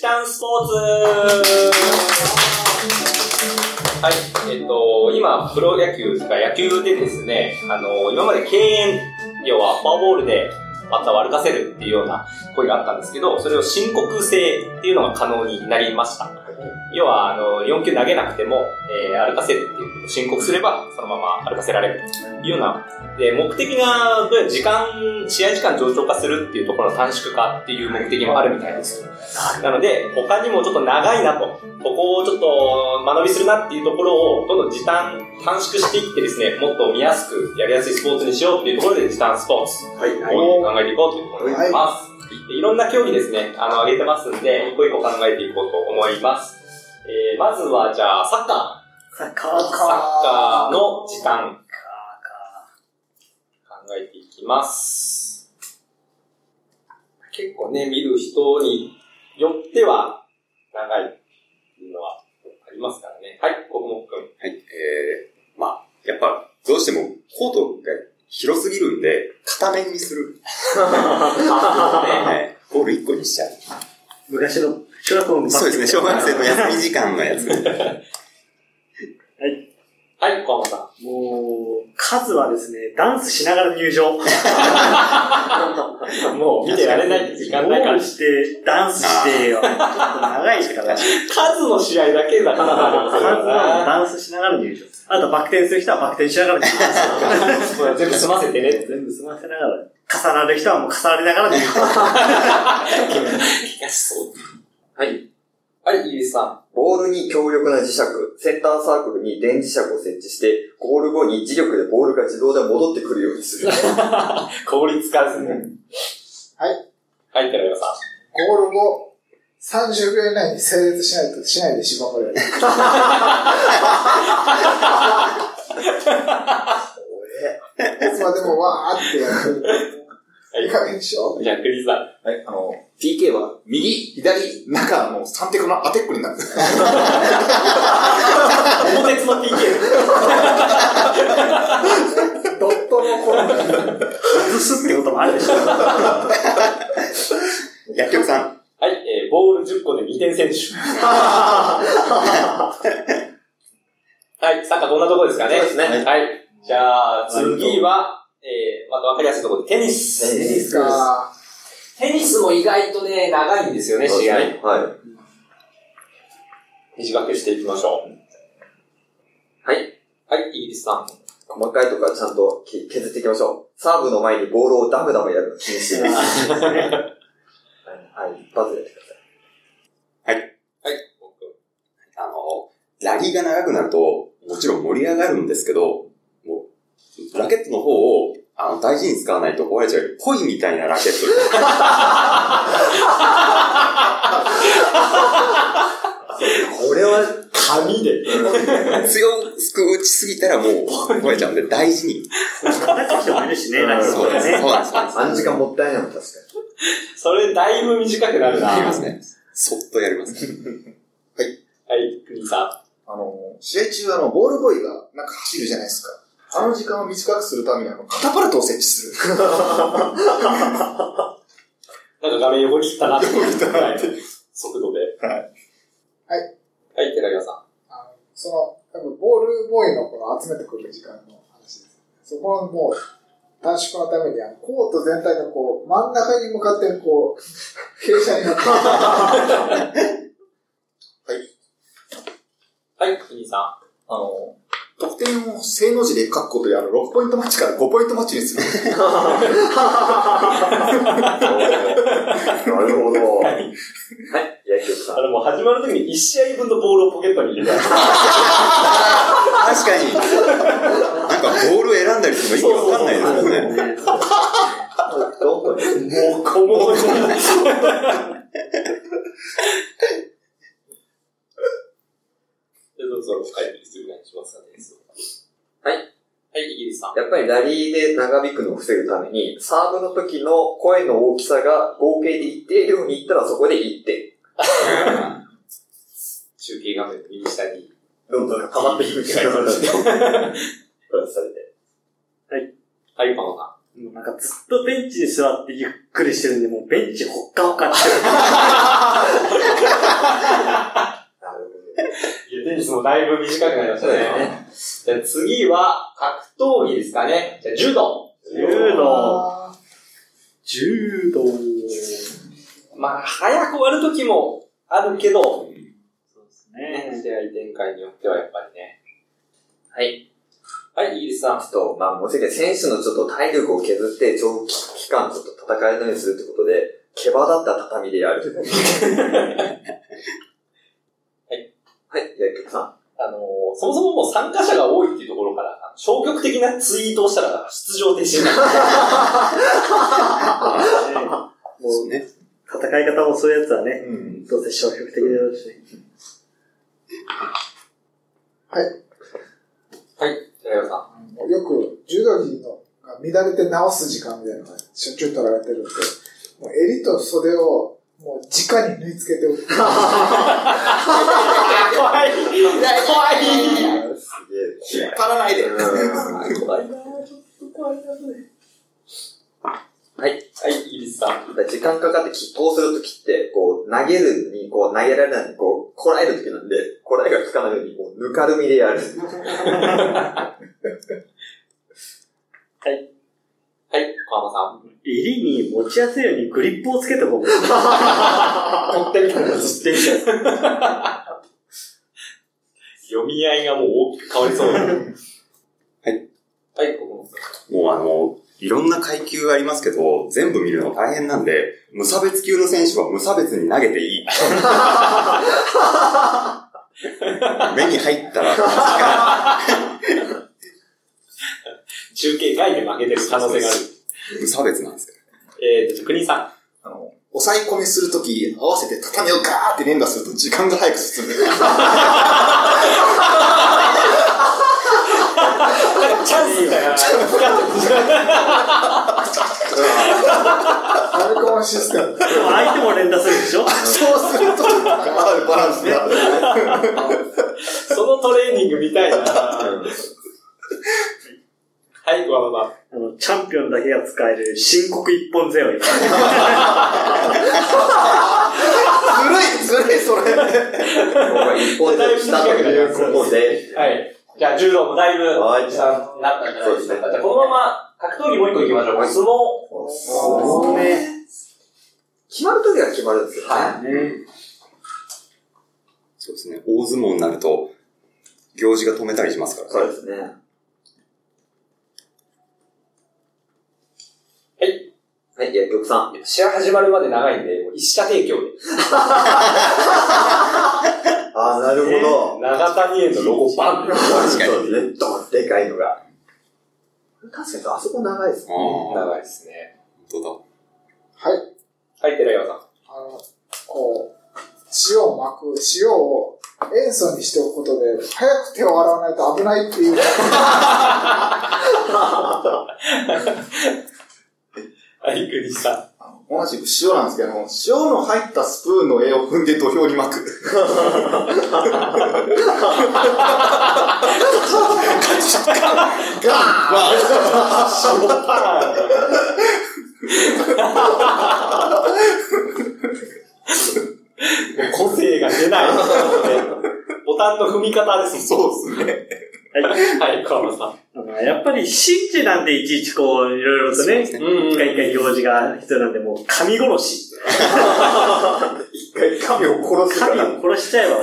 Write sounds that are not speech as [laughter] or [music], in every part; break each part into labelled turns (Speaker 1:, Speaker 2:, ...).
Speaker 1: タンスポーツはい、えっと、今、プロ野球とか野球でですね、あの、今まで敬遠、要はフォアボールでバッターを歩かせるっていうような声があったんですけど、それを申告制っていうのが可能になりました。要は、あの、4球投げなくても、えー歩かせるっていうことを申告すれば、そのまま歩かせられるというような、で、目的が、どうやら時間、試合時間上長化するっていうところの短縮化っていう目的もあるみたいです。なので、他にもちょっと長いなと、ここをちょっと間延びするなっていうところを、どんどん時短、短縮していってですね、もっと見やすく、やりやすいスポーツにしようっていうところで、時短スポーツ
Speaker 2: はい、はい。
Speaker 1: を考えていこうというところになります。でいろんな競技ですね、あの、挙げてますんで、一個一個考えていこうと思います。えー、まずは、じゃあ、サッカー。
Speaker 3: サッカ
Speaker 1: サッカーの時短。考えていきます。結構ね、見る人によっては、長いっていうのはありますからね。はい、国木くん。
Speaker 2: はい、えー、まあ、やっぱ、どうしても、コートが広すぎるんで、片面にする。はい。ゴール1個にしちゃう。
Speaker 3: 昔の小学校のバ
Speaker 2: そう
Speaker 3: スケ
Speaker 2: ですね、小学生の休み時間のやつ。
Speaker 1: はい、河本さん。
Speaker 3: もう、数はですね、ダンスしながら入場。
Speaker 1: もう見てられない時間ないから
Speaker 3: ゴール。して、ダンスして、ちょっと長いしかない。
Speaker 1: 数の試合だけだからな。
Speaker 3: 数は
Speaker 1: [laughs]
Speaker 3: ダンスしながら入場。あとはバク転する人はバク転しながら入場。
Speaker 1: 全部済ませてね。
Speaker 3: 全部済ませながら。重なる人はもう重なりながら入
Speaker 1: い
Speaker 3: 場。
Speaker 1: や、そう。はい。はい、イギリスさん。
Speaker 4: ボールに強力な磁石、センターサークルに電磁石を設置して、ゴール後に磁力でボールが自動で戻ってくるようにする。
Speaker 1: 効率化ですね。
Speaker 5: はい。
Speaker 1: はい、寺山さん。
Speaker 5: ゴール後、30秒以内に整列しないと、しないで縛られる。いつまでもわーってやる。いい加減にしよう。
Speaker 1: じゃあ、クリスさん。
Speaker 6: はい、あの、PK は右、左、中の3テクのアテックになるんですね。
Speaker 1: 桃鉄の PK。
Speaker 5: ドットのこの、
Speaker 3: 外すってこともあるでしょ。
Speaker 2: 薬局さん。
Speaker 1: はい、えー、ボール10個で2点選手。はい、サッカーこんなところですかね。そうですね。はい。じゃあ、次は、えー、また分かりやすいところで、テニス。
Speaker 5: いいですか。
Speaker 1: テニスも意外とね、長いんですよね、試合。
Speaker 4: は
Speaker 1: 短くしていきましょう。はい。はい、イギリスさん。
Speaker 4: い。細かいとこはちゃんとき削っていきましょう。サーブの前にボールをダムダムやるの禁止です。 [laughs] はい、一発でやってくださ
Speaker 1: は
Speaker 4: い。
Speaker 1: い、
Speaker 2: あの、ラリーが長くなると、もちろん盛り上がるんですけど、もう、ラケットの方を、あの、大事に使わないと壊れちゃう。ポイみたいなラケット。
Speaker 4: これは、
Speaker 1: 紙で。
Speaker 2: 強く打ちすぎたらもう壊れちゃうんで、大事に。
Speaker 3: 叩く人もいるしね、ラジオ
Speaker 2: そ
Speaker 3: と
Speaker 2: うで
Speaker 3: か
Speaker 2: す。
Speaker 3: ね
Speaker 2: そう。なんです。
Speaker 4: あの時間もったいないもん、確か
Speaker 1: それ、だいぶ短くなるな。
Speaker 2: やりま
Speaker 6: [laughs]
Speaker 1: は
Speaker 2: すね。そっとやりますね。
Speaker 1: い、クリスさ
Speaker 6: あの、試合中、あの、ボールボーイがなんか走るじゃないですか。あの時間を短くするために、あの、カタパルトを設置する。
Speaker 1: ん。なんか画面横切ったなって。はい速度で。
Speaker 6: はい
Speaker 1: はい。はい、寺山さん。
Speaker 5: その、多分ボールボーイのこの集めてくる時間の話です。そこはもう、短縮のために、あの、コート全体がこう、真ん中に向かってこう、傾斜になってる、
Speaker 1: はい、国さん。
Speaker 6: あの、得点を正の字で書くことで、あの、6ポイントマッチから5ポイントマッチにする。
Speaker 4: に。なるほど。はい、野球さん
Speaker 1: あ。の、もう始まる時に1試合分のボールをポケットに入れた。
Speaker 2: 確かに。なんかボール選んだりするの意味わかんないですよね。
Speaker 4: どんどん
Speaker 1: もう、こ [laughs] もで、そろそろ帰ってするようにしますかね。はい。はい、イギリスさん。
Speaker 4: やっぱりラリーで長引くのを防ぐために、サーブの時の声の大きさが合計で一定量にいったらそこで一定。
Speaker 1: 中継画面の右下に。
Speaker 4: どんどん溜まっていくみたいな感じで。プラスされて。
Speaker 1: はい、パンさ
Speaker 3: もうなんかずっとベンチに座ってゆっくりしてるんで、もうベンチほっかほかって。
Speaker 1: うだいぶ短くなりましたね。じゃあ次は、格闘技ですかね。じゃあ柔道。
Speaker 3: 柔道。
Speaker 5: あ
Speaker 3: 柔道。
Speaker 1: まあ、早く終わる時もあるけど、
Speaker 3: そうです
Speaker 1: ね
Speaker 3: ね。
Speaker 1: 試合展開によってはやっぱりね。はい。はい、イギリスさん。
Speaker 4: ちょっと、まあ、申し訳ない。選手のちょっと体力を削って、長期期間ちょっと戦えないようにするってことで、毛羽だった畳でや [laughs] る。はい。はい、薬局さ
Speaker 1: あのーそもそももう参加者が多いっていうところから、あの消極的なツイートをしたら出場停止になる。
Speaker 4: ん。もう、
Speaker 2: ね。
Speaker 3: 戦い方もそういうやつはね、
Speaker 4: うん。
Speaker 3: どうせ消極的だろうしね。
Speaker 1: はい、寺山さん。
Speaker 5: ーよく柔道着のが乱れて直す時間みたいなのがしょっちゅう取られてるんで、もう襟と袖をもう直に縫い付けておく。
Speaker 1: 怖い怖い
Speaker 4: すげえ。
Speaker 6: 張らないで。
Speaker 4: 怖い。
Speaker 1: [laughs] はい、イギリスさん。
Speaker 4: 時間かかって拮抗するときって、こう、投げるに、こう、投げられないに、こう、こらえるときなんで、こらえが効かないように、こう、ぬかるみでやる。
Speaker 1: はい、小浜さん。
Speaker 3: 襟に持ちやすいようにグリップをつけてこう。
Speaker 1: 取ってみたらずってみた
Speaker 3: [laughs]
Speaker 1: い読み合いがもう大きく変わりそう。 [laughs] はい。はい、ここも。
Speaker 2: もうあの、いろんな階級がありますけど、全部見るの大変なんで、無差別級の選手は無差別に投げていい。目に入ったら、
Speaker 1: 中継外で負けてる可能性があ
Speaker 2: 無差別なんですよ。
Speaker 1: る。えーと、国井さん。
Speaker 6: あの、抑え込みするとき、合わせて畳をガーって連打すると時間が早く進む。
Speaker 1: チャンスみたいな。
Speaker 5: アルコンシステム。
Speaker 3: でも相手も連打するでしょ
Speaker 6: そうすると、あるバランスが。
Speaker 1: そのトレーニングみたいな。はい、小浜さん。
Speaker 3: あの、チャンピオンだけが使える申告一本背負い。
Speaker 6: ずるい、ずるい、それ。
Speaker 4: 僕は一本でしたということで、
Speaker 1: はい。じゃあ、柔道もだいぶ、
Speaker 4: はい
Speaker 1: おじさんになったんじゃないです
Speaker 4: そう
Speaker 1: か。
Speaker 4: ですね
Speaker 1: じゃあ、このまま、格闘技もう一個行きましょう。相撲。
Speaker 5: そう
Speaker 3: ね。
Speaker 4: 決まるときは決まるんですよ。
Speaker 1: は
Speaker 2: そうですね。大相撲になると、行事が止めたりしますから。
Speaker 4: そうですね。
Speaker 1: はい。
Speaker 4: はい、薬局さん。
Speaker 1: 試合始まるまで長いんで、もう一社提供で。
Speaker 4: ああ、なるほど。
Speaker 1: 長谷園のロゴバン
Speaker 4: 確かに。そうですね。ドンでかいのが。確かに、あそこ長いですね。
Speaker 2: ああ、
Speaker 1: 長いですね。
Speaker 2: 本当
Speaker 5: はい。
Speaker 1: はい、寺岩さん。
Speaker 5: あの、こう、塩を巻く、塩を塩素にしておくことで、早く手を洗わないと危ないっていう。
Speaker 1: はい、国士さん。
Speaker 6: 同じく塩なんですけども、塩の入ったスプーンの絵を踏んで土俵に巻く。
Speaker 1: [laughs] 個性が出ない。ボタンの踏み方です。
Speaker 2: そうですね。
Speaker 1: はい、河野さん。
Speaker 3: あのやっぱり神事なんでいちいちこう、いろいろとね、一
Speaker 1: うん
Speaker 3: 回一回行事が必要なんで、もう神殺し。
Speaker 4: 一回神を殺すか
Speaker 3: 神
Speaker 4: ら。
Speaker 3: を殺しちゃえば、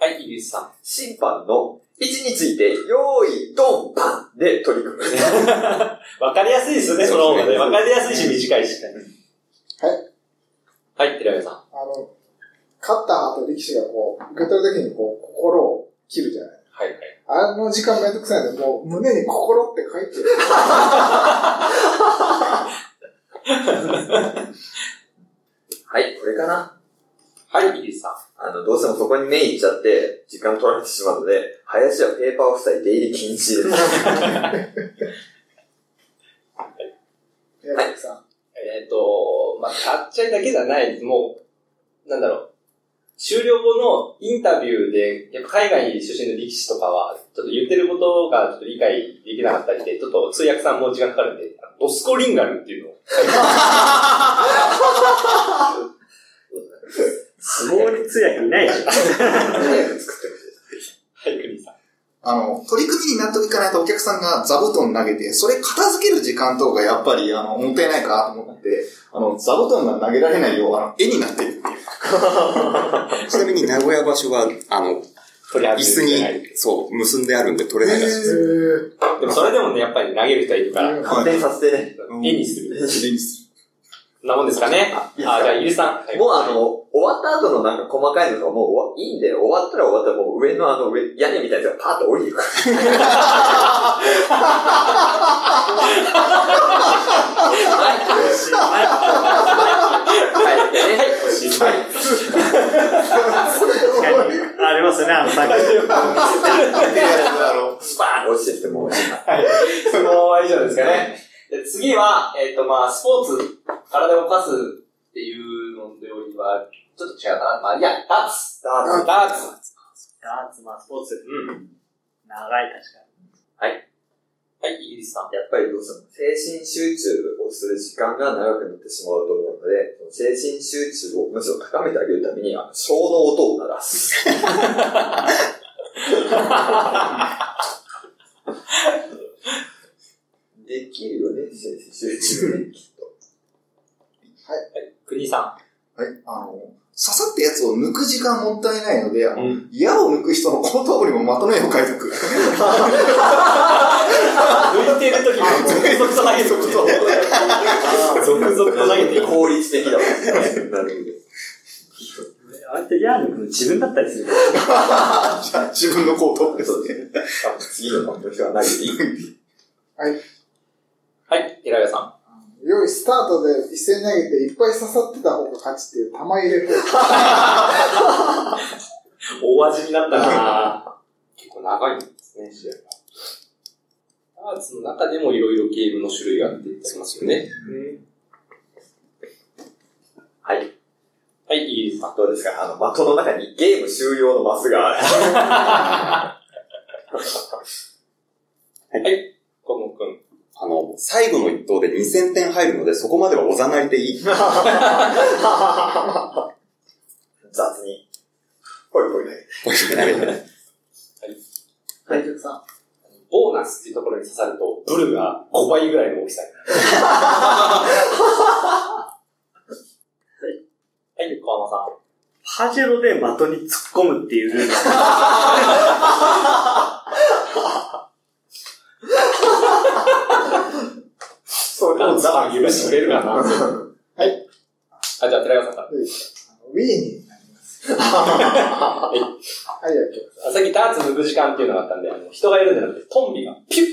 Speaker 1: はい、イギリスさん。
Speaker 4: 審判の位置について、用意、ドン、パンで取り [laughs] 組む。
Speaker 1: わかりやすいですね、その方がね。わかりやすいし、短いし。はい。はい、寺山さん。
Speaker 5: あの、勝った後力士がこう、受け取るときにこう、心を切るじゃない。
Speaker 1: はい、はい。
Speaker 5: あの時間めんどくさいので、もう胸に心って書いてる。
Speaker 4: はい、これかな。
Speaker 1: はい、イギリスさん。
Speaker 4: あの、どうしてもそこに目いっちゃって、時間取られてしまうので、林はペーパーを塞い出入り禁止 [laughs] です。
Speaker 5: 宮崎さん。
Speaker 1: えっ、と、まあ、買っちゃいだけじゃないです。もう、なんだろう。終了後のインタビューで、やっぱ海外出身の力士とかは、ちょっと言ってることがちょっと理解できなかったりで、ちょっと通訳さんも時間かかるんで、あのドスコリンガルっていうのを。
Speaker 3: 棒に通訳いないでしょ。
Speaker 4: 作って
Speaker 1: はい、クリーンさん。
Speaker 6: あの、取り組みに納得いかないとお客さんが座布団投げて、それ片付ける時間等がやっぱり、あの、もったいないかと思って、あの、座布団が投げられないよう、あの、絵になってるっていう。
Speaker 2: [laughs] ちなみに名古屋場所は、あの、
Speaker 1: 取り
Speaker 2: 椅子に、そう、結んであるんで取れないらしいです。
Speaker 5: え
Speaker 1: でもそれでもね、やっぱり投げる人はいるから、
Speaker 4: 反転させてね。
Speaker 1: 絵にする。
Speaker 6: 絵にす
Speaker 1: なもんですかね。あ、
Speaker 4: い
Speaker 1: じ
Speaker 4: いですか
Speaker 1: ゃあ、ゆりさん。
Speaker 4: もうあの、終わった後のなんか細かいのがもう終わいいんで、終わったら終わったらもう上のあの上、屋根みたいなやつがパーッと降りて [laughs] くる。はい、ね。はい、
Speaker 1: 欲しい。はい。
Speaker 3: 確かに。ありますよね、あの、さっき。
Speaker 4: バーン落ちてきてもう。
Speaker 1: そのまま以上ですかね。で次は、えっ、と、まあ、スポーツ、体を動かすっていうのでよりは、ちょっと違うかな。まあ、いや、ダーツ。
Speaker 4: ダーツ。
Speaker 1: ダーツ。
Speaker 3: ダーツ、まあ、スポーツ。
Speaker 1: うん。
Speaker 3: 長い、確か
Speaker 1: はい、イギリスさん。
Speaker 4: やっぱりどうしても精神集中をする時間が長くなってしまうと思うので、その精神集中をむしろ高めてあげるために、あの、小の音を鳴らす。できるよね、精神集中ね、きっと。
Speaker 1: 国井さ
Speaker 6: はい。あの、刺さったやつを抜く時間もったいないので、あ
Speaker 1: ん。
Speaker 6: の矢を抜く人の後頭部にもまとめを書いとく。
Speaker 1: 抜いてる時に [laughs] 続々と投げてくる。続々と投げていく。
Speaker 4: 効率的だもん。なる
Speaker 3: に。あれって、ヤーヌ君自分だったりするから。
Speaker 6: 自分の後頭部ですね。
Speaker 4: ほど。次の番組はないでいい。
Speaker 1: はい、平賀さん。
Speaker 5: ー、用意スタートで一斉に投げていっぱい刺さってた方が勝ちっていう玉入れ方法。
Speaker 1: 大味になったな結構長いんですね、試合が。ダーツの中でもいろいろゲームの種類が出てきますよね。
Speaker 4: はい。
Speaker 1: はい、イギリスさん。
Speaker 4: どうですかあの、的の中にゲーム終了のマスがある。
Speaker 1: コモ君。
Speaker 2: あの、最後の一投で2000点入るので、そこまではおざなり
Speaker 6: [laughs]
Speaker 2: でいい。
Speaker 4: 雑に。ほいほいほい。
Speaker 2: ポイントになる
Speaker 5: はい、お客さん。
Speaker 1: ボーナスっていうところに刺さると、ブルが5倍ぐらいの大きさになる。はい、横浜さん。
Speaker 3: パジェロで的に突っ込むっていうルール。
Speaker 4: それ
Speaker 1: ダ
Speaker 4: も
Speaker 1: ンス
Speaker 4: 雑
Speaker 1: は許してくれるかな。はい。あ、じゃあ、寺川さんから。
Speaker 5: どうですかあのウィーになります。はい、はい、お客
Speaker 1: あさっきダーツ抜く時間っていうのがあったんで、あの人がいるんじゃなくて、トンビがピュッ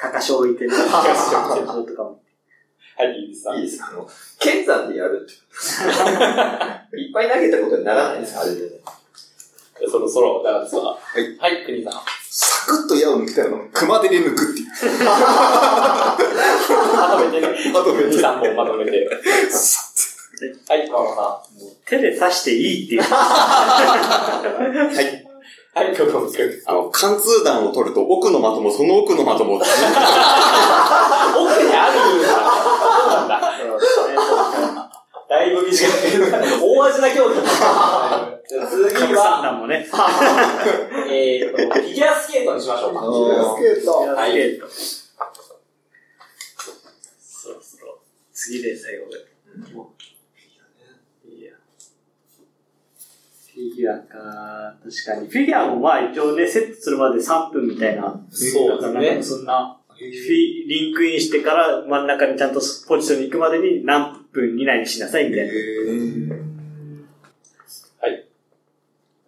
Speaker 3: かかし置いてる。かかし置いてる。とかも。
Speaker 1: はい、イギリスさん。
Speaker 4: いいですかあの、剣山でやるって。 [laughs] いっぱい投げたことにならないですかあれでね。
Speaker 1: そろそろダーツは。はい。はい、国さん。
Speaker 6: サクッと矢を抜きたいのを熊手で抜くっていう。
Speaker 1: まとめてね。
Speaker 6: まとめて
Speaker 1: 国さんもまとめて。 [laughs] はい、小浜さ
Speaker 3: 手で刺していいっていう。
Speaker 1: ん。はい、横浜君。
Speaker 2: あの、貫通弾を取ると奥の的もその奥の的も、
Speaker 1: 奥にあるんだ。そうなんだ。だいぶ短い。大味な競技。じゃあ次
Speaker 3: 格
Speaker 1: は
Speaker 3: 三、
Speaker 1: [laughs]
Speaker 3: 段もね。
Speaker 1: えー、と、フィギュアスケートにしましょうか。
Speaker 5: さん。フィギュアスケート。
Speaker 1: はい
Speaker 3: い。そろそろ、次で最後で。いやフィギュアか、確かに。フィギュアもまあ一応ね、セットするまで3分みたいな。
Speaker 1: そう
Speaker 3: なんか
Speaker 1: で
Speaker 3: なん
Speaker 1: す
Speaker 3: か
Speaker 1: ね。
Speaker 3: そんな、フィリンクインしてから真ん中にちゃんとポジションに行くまでに何分以内にしなさいみたいな。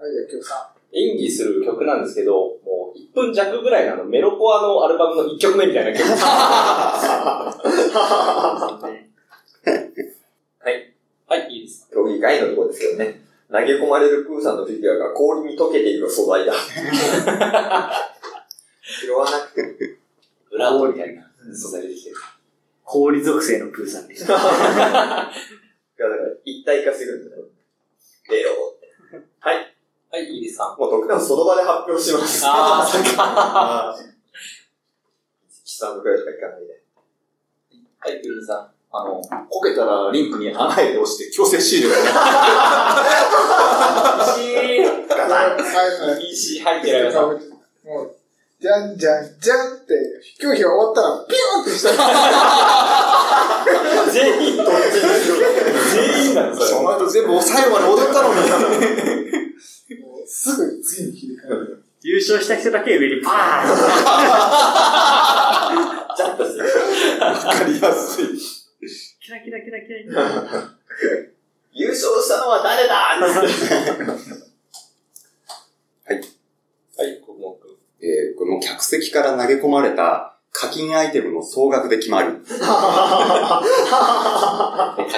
Speaker 5: はい、お客さ
Speaker 1: 演技する曲なんですけど、もう1分弱ぐらいのあのメロコアのアルバムの1曲目みたいな曲。はい、いいです。
Speaker 4: 競技以外のところですけどね。投げ込まれるプーさんのフィギュアが氷に溶けている素材
Speaker 6: [laughs]
Speaker 4: だ。拾わなくて。
Speaker 1: ブラボーみたいな素材でできてる。
Speaker 3: 氷属性のプーさん
Speaker 1: [laughs]
Speaker 3: でした。
Speaker 4: だから一体化するんだよ。出ろって。はい。
Speaker 1: はい、いいですさん。
Speaker 4: もう特段その場で発表します。
Speaker 1: あー、そっか。
Speaker 4: あ。貴様くらいしかいかないで。
Speaker 1: はい、グリーンさん。
Speaker 6: あの、 [laughs] こけたらリンクに穴へ落ちて強制終了。
Speaker 1: 石、
Speaker 5: はいはい。
Speaker 1: 石入ってられます。
Speaker 5: もう、じゃんじゃんじゃんって、飛行機が終わったら、ピューンってしたら、
Speaker 1: 全員と、全員なんです
Speaker 6: お
Speaker 1: よ。
Speaker 6: 前と全部最後まで踊ったのに。
Speaker 5: もうすぐ次に切り替える。
Speaker 3: 優勝した人だけ上にパーン
Speaker 1: ジャンプする。
Speaker 6: わかりやすい。
Speaker 3: キラキラキラキラ。
Speaker 4: 優勝したの
Speaker 6: [laughs]
Speaker 4: は誰だ
Speaker 1: はい、こもく。
Speaker 2: えー、この客席から投げ込まれた課金アイテムの総額で決まる。
Speaker 1: 課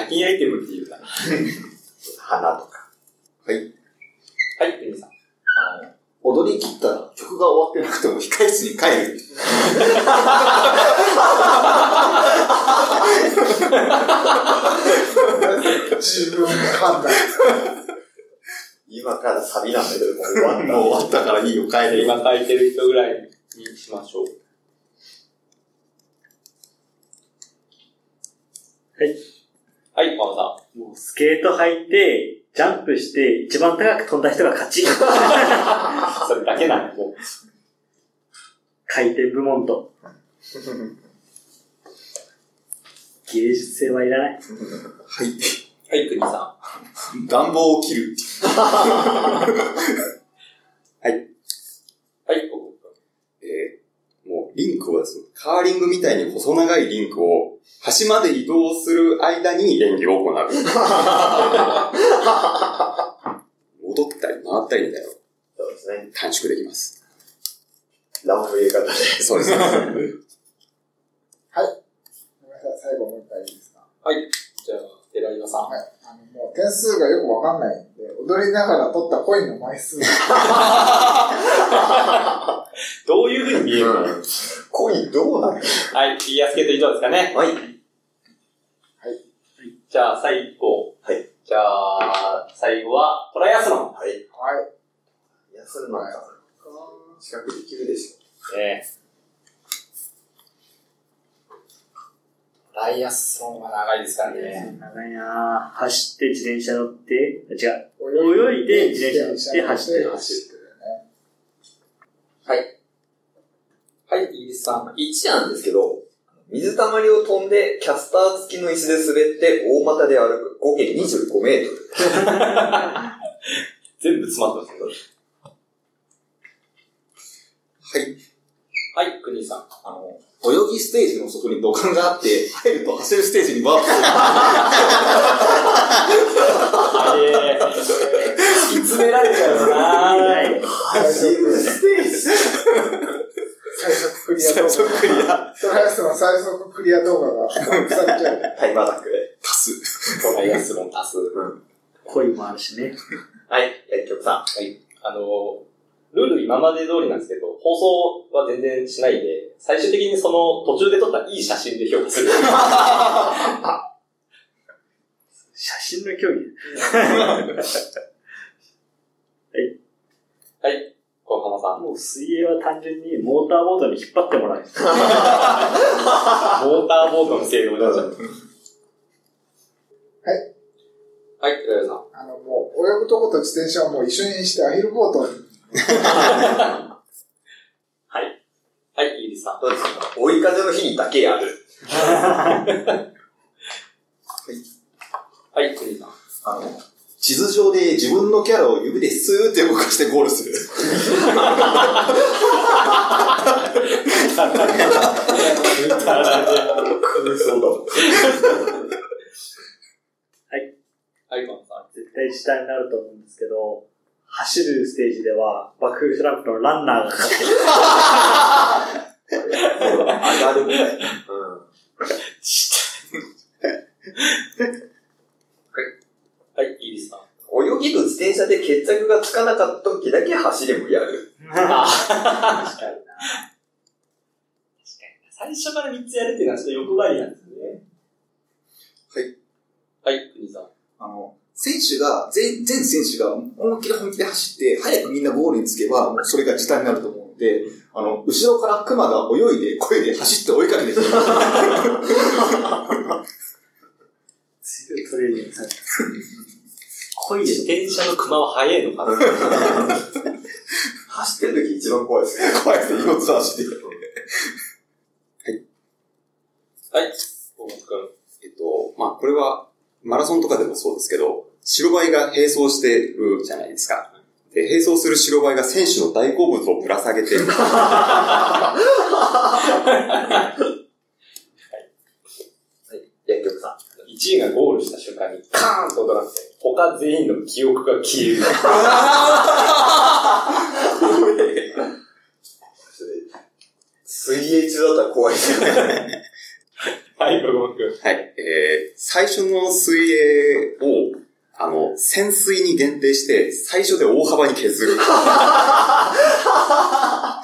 Speaker 1: 金アイテムっていうか。
Speaker 4: 花とか。
Speaker 1: はい、ペニさん。
Speaker 6: あの、踊り切ったら曲が終わってなくても控室に帰る。
Speaker 5: 自分の判断。
Speaker 4: 今からサビなんだけど、も
Speaker 6: も
Speaker 4: う終わった
Speaker 6: う終わったからいいよ、帰れ。
Speaker 1: 今書いてる人ぐらいにしましょう。はい。はい、パンさ
Speaker 3: もうスケート履いて、ジャンプして、一番高く飛んだ人が勝ち。
Speaker 1: ん。それだけなんで、もう。
Speaker 3: 回転部門と。芸術性はいらない。
Speaker 6: はい。
Speaker 1: はい、クニさ
Speaker 6: 暖房を切る。
Speaker 1: ん。はい、こもく。
Speaker 2: えー、もうリンクをですね、カーリングみたいに細長いリンクを端まで移動する間に演技
Speaker 6: [laughs]
Speaker 2: を行う。戻ったり回ったりみたいなのを
Speaker 4: そうですね。
Speaker 2: 短縮できます。
Speaker 4: ランの入れ方で。
Speaker 2: そうですね。
Speaker 5: ごめんなさい、最後もう一回いいですか
Speaker 1: じゃあ、寺岩さん。
Speaker 5: はい。あの、もう点数がよくわかんないんで、踊りながら取ったコインの枚数が、
Speaker 1: どういうふうに見えるの
Speaker 4: [laughs] うん。コインどうなる
Speaker 1: はい、フィギュアスケート以上ですかね。
Speaker 4: はい。
Speaker 1: じゃあ、最後。
Speaker 4: はい。
Speaker 1: じゃあ、最後は、トライアスロン。
Speaker 4: はい。
Speaker 5: はい。
Speaker 4: 休むのか。資格できるでし
Speaker 1: ええトライアスロンは長いですからね。
Speaker 3: 長いなぁ走って自転車乗って、あ違う。
Speaker 5: 泳
Speaker 3: 泳いで自転車乗って走って
Speaker 5: 走ってるね。
Speaker 1: はい、イギリスさん。
Speaker 4: ょ。1なんですけど、水たまりを飛んで、キャスター付きの椅子で滑って、大股で歩く、合計25メートル。
Speaker 1: 全部詰まってます
Speaker 6: はい。
Speaker 1: はい、はい、国さん。
Speaker 6: あの、泳ぎステージの底に土管があって、入ると走るステージにバーッと。
Speaker 1: あれ、煮詰められちゃうな [laughs] ぁ。
Speaker 5: 走るステージ最速クリア動
Speaker 6: そっくりだ。
Speaker 5: 画。トライアスの最速クリア動画が、されちゃう。
Speaker 4: タイマータックで。
Speaker 6: 足す。
Speaker 1: トライアスロン足す。
Speaker 3: 恋もあるしね。
Speaker 4: はい、薬局さん。
Speaker 1: あの、ルール今まで通りなんですけど、放送は全然しないで、最終的にその途中で撮ったいい写真で評価 [laughs] する。
Speaker 3: 写真の競技。
Speaker 1: はい、小浜さん。
Speaker 3: もう水泳は単純にモーターボートに引っ張ってもらう。
Speaker 1: モーターボートの性能でございます。はい。はい、寺田さん。
Speaker 5: あの、もう、泳ぐとこと自転車をもう一緒にしてアヒルボートに。
Speaker 1: はい、イギリスさん。
Speaker 4: どうですか追い風の日にだけや [laughs] る。
Speaker 1: はい、国さん。
Speaker 6: あの、地図上で自分のキャラを指でスーって動かしてゴールする。
Speaker 1: はい、小浜さん。
Speaker 3: 絶対時短になると思うんですけど、走るステージでは、爆風トランプのランナーがかかってる。
Speaker 4: 上がるみたい [laughs] な。
Speaker 1: はい、イギリスさん。
Speaker 4: うん。泳ぎと自転車で決着がつかなかった時だけ走りもやる。
Speaker 3: 確かにな。
Speaker 1: 最初から3つやるっていうのはちょっと欲張りなんですね。はい。はい、国さん。
Speaker 6: あの、選手が、全、全選手が思いっきり本気で走って、早くみんなゴールにつけば、もうそれが時短になると思うので、あの、後ろから熊が泳いで、声で走って追いかけてくる。
Speaker 1: 電車の熊は速いのかな
Speaker 4: 走ってる時一番怖いですね。
Speaker 2: 怖いですね、荷物走って。
Speaker 1: はい。大本くん。
Speaker 2: えっと、まあ、これは、マラソンとかでもそうですけど、白バイが並走してるじゃないですか。で、並走する白バイが選手の大好物をぶら下
Speaker 6: [laughs]
Speaker 2: げて、
Speaker 4: 薬局さ
Speaker 1: 1位がゴールした瞬間にカーンと音がして、他全員の記憶が消える。
Speaker 4: ん。それ、水泳中だったら怖いですよね。
Speaker 1: [laughs] はい、大本くん。
Speaker 2: はい、えー、最初の水泳を、あの、潜水に限定して、最初で大幅に削る。
Speaker 1: は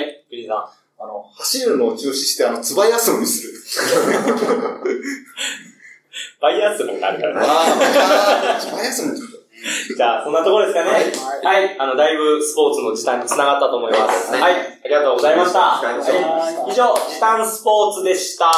Speaker 1: い、藤井さ
Speaker 6: あの、 [laughs] 走るのを中止して、あの、つば休みにする。
Speaker 1: ん。バイアスロンがあるからね。
Speaker 6: ああ、つば休みにする。
Speaker 1: じゃあ、そんなところですかね。
Speaker 5: はい
Speaker 1: はい、あの、だいぶスポーツの時短につながったと思います。はい、ありがとうございました。
Speaker 4: ありがとうござい
Speaker 1: はい以上、時短スポーツでした。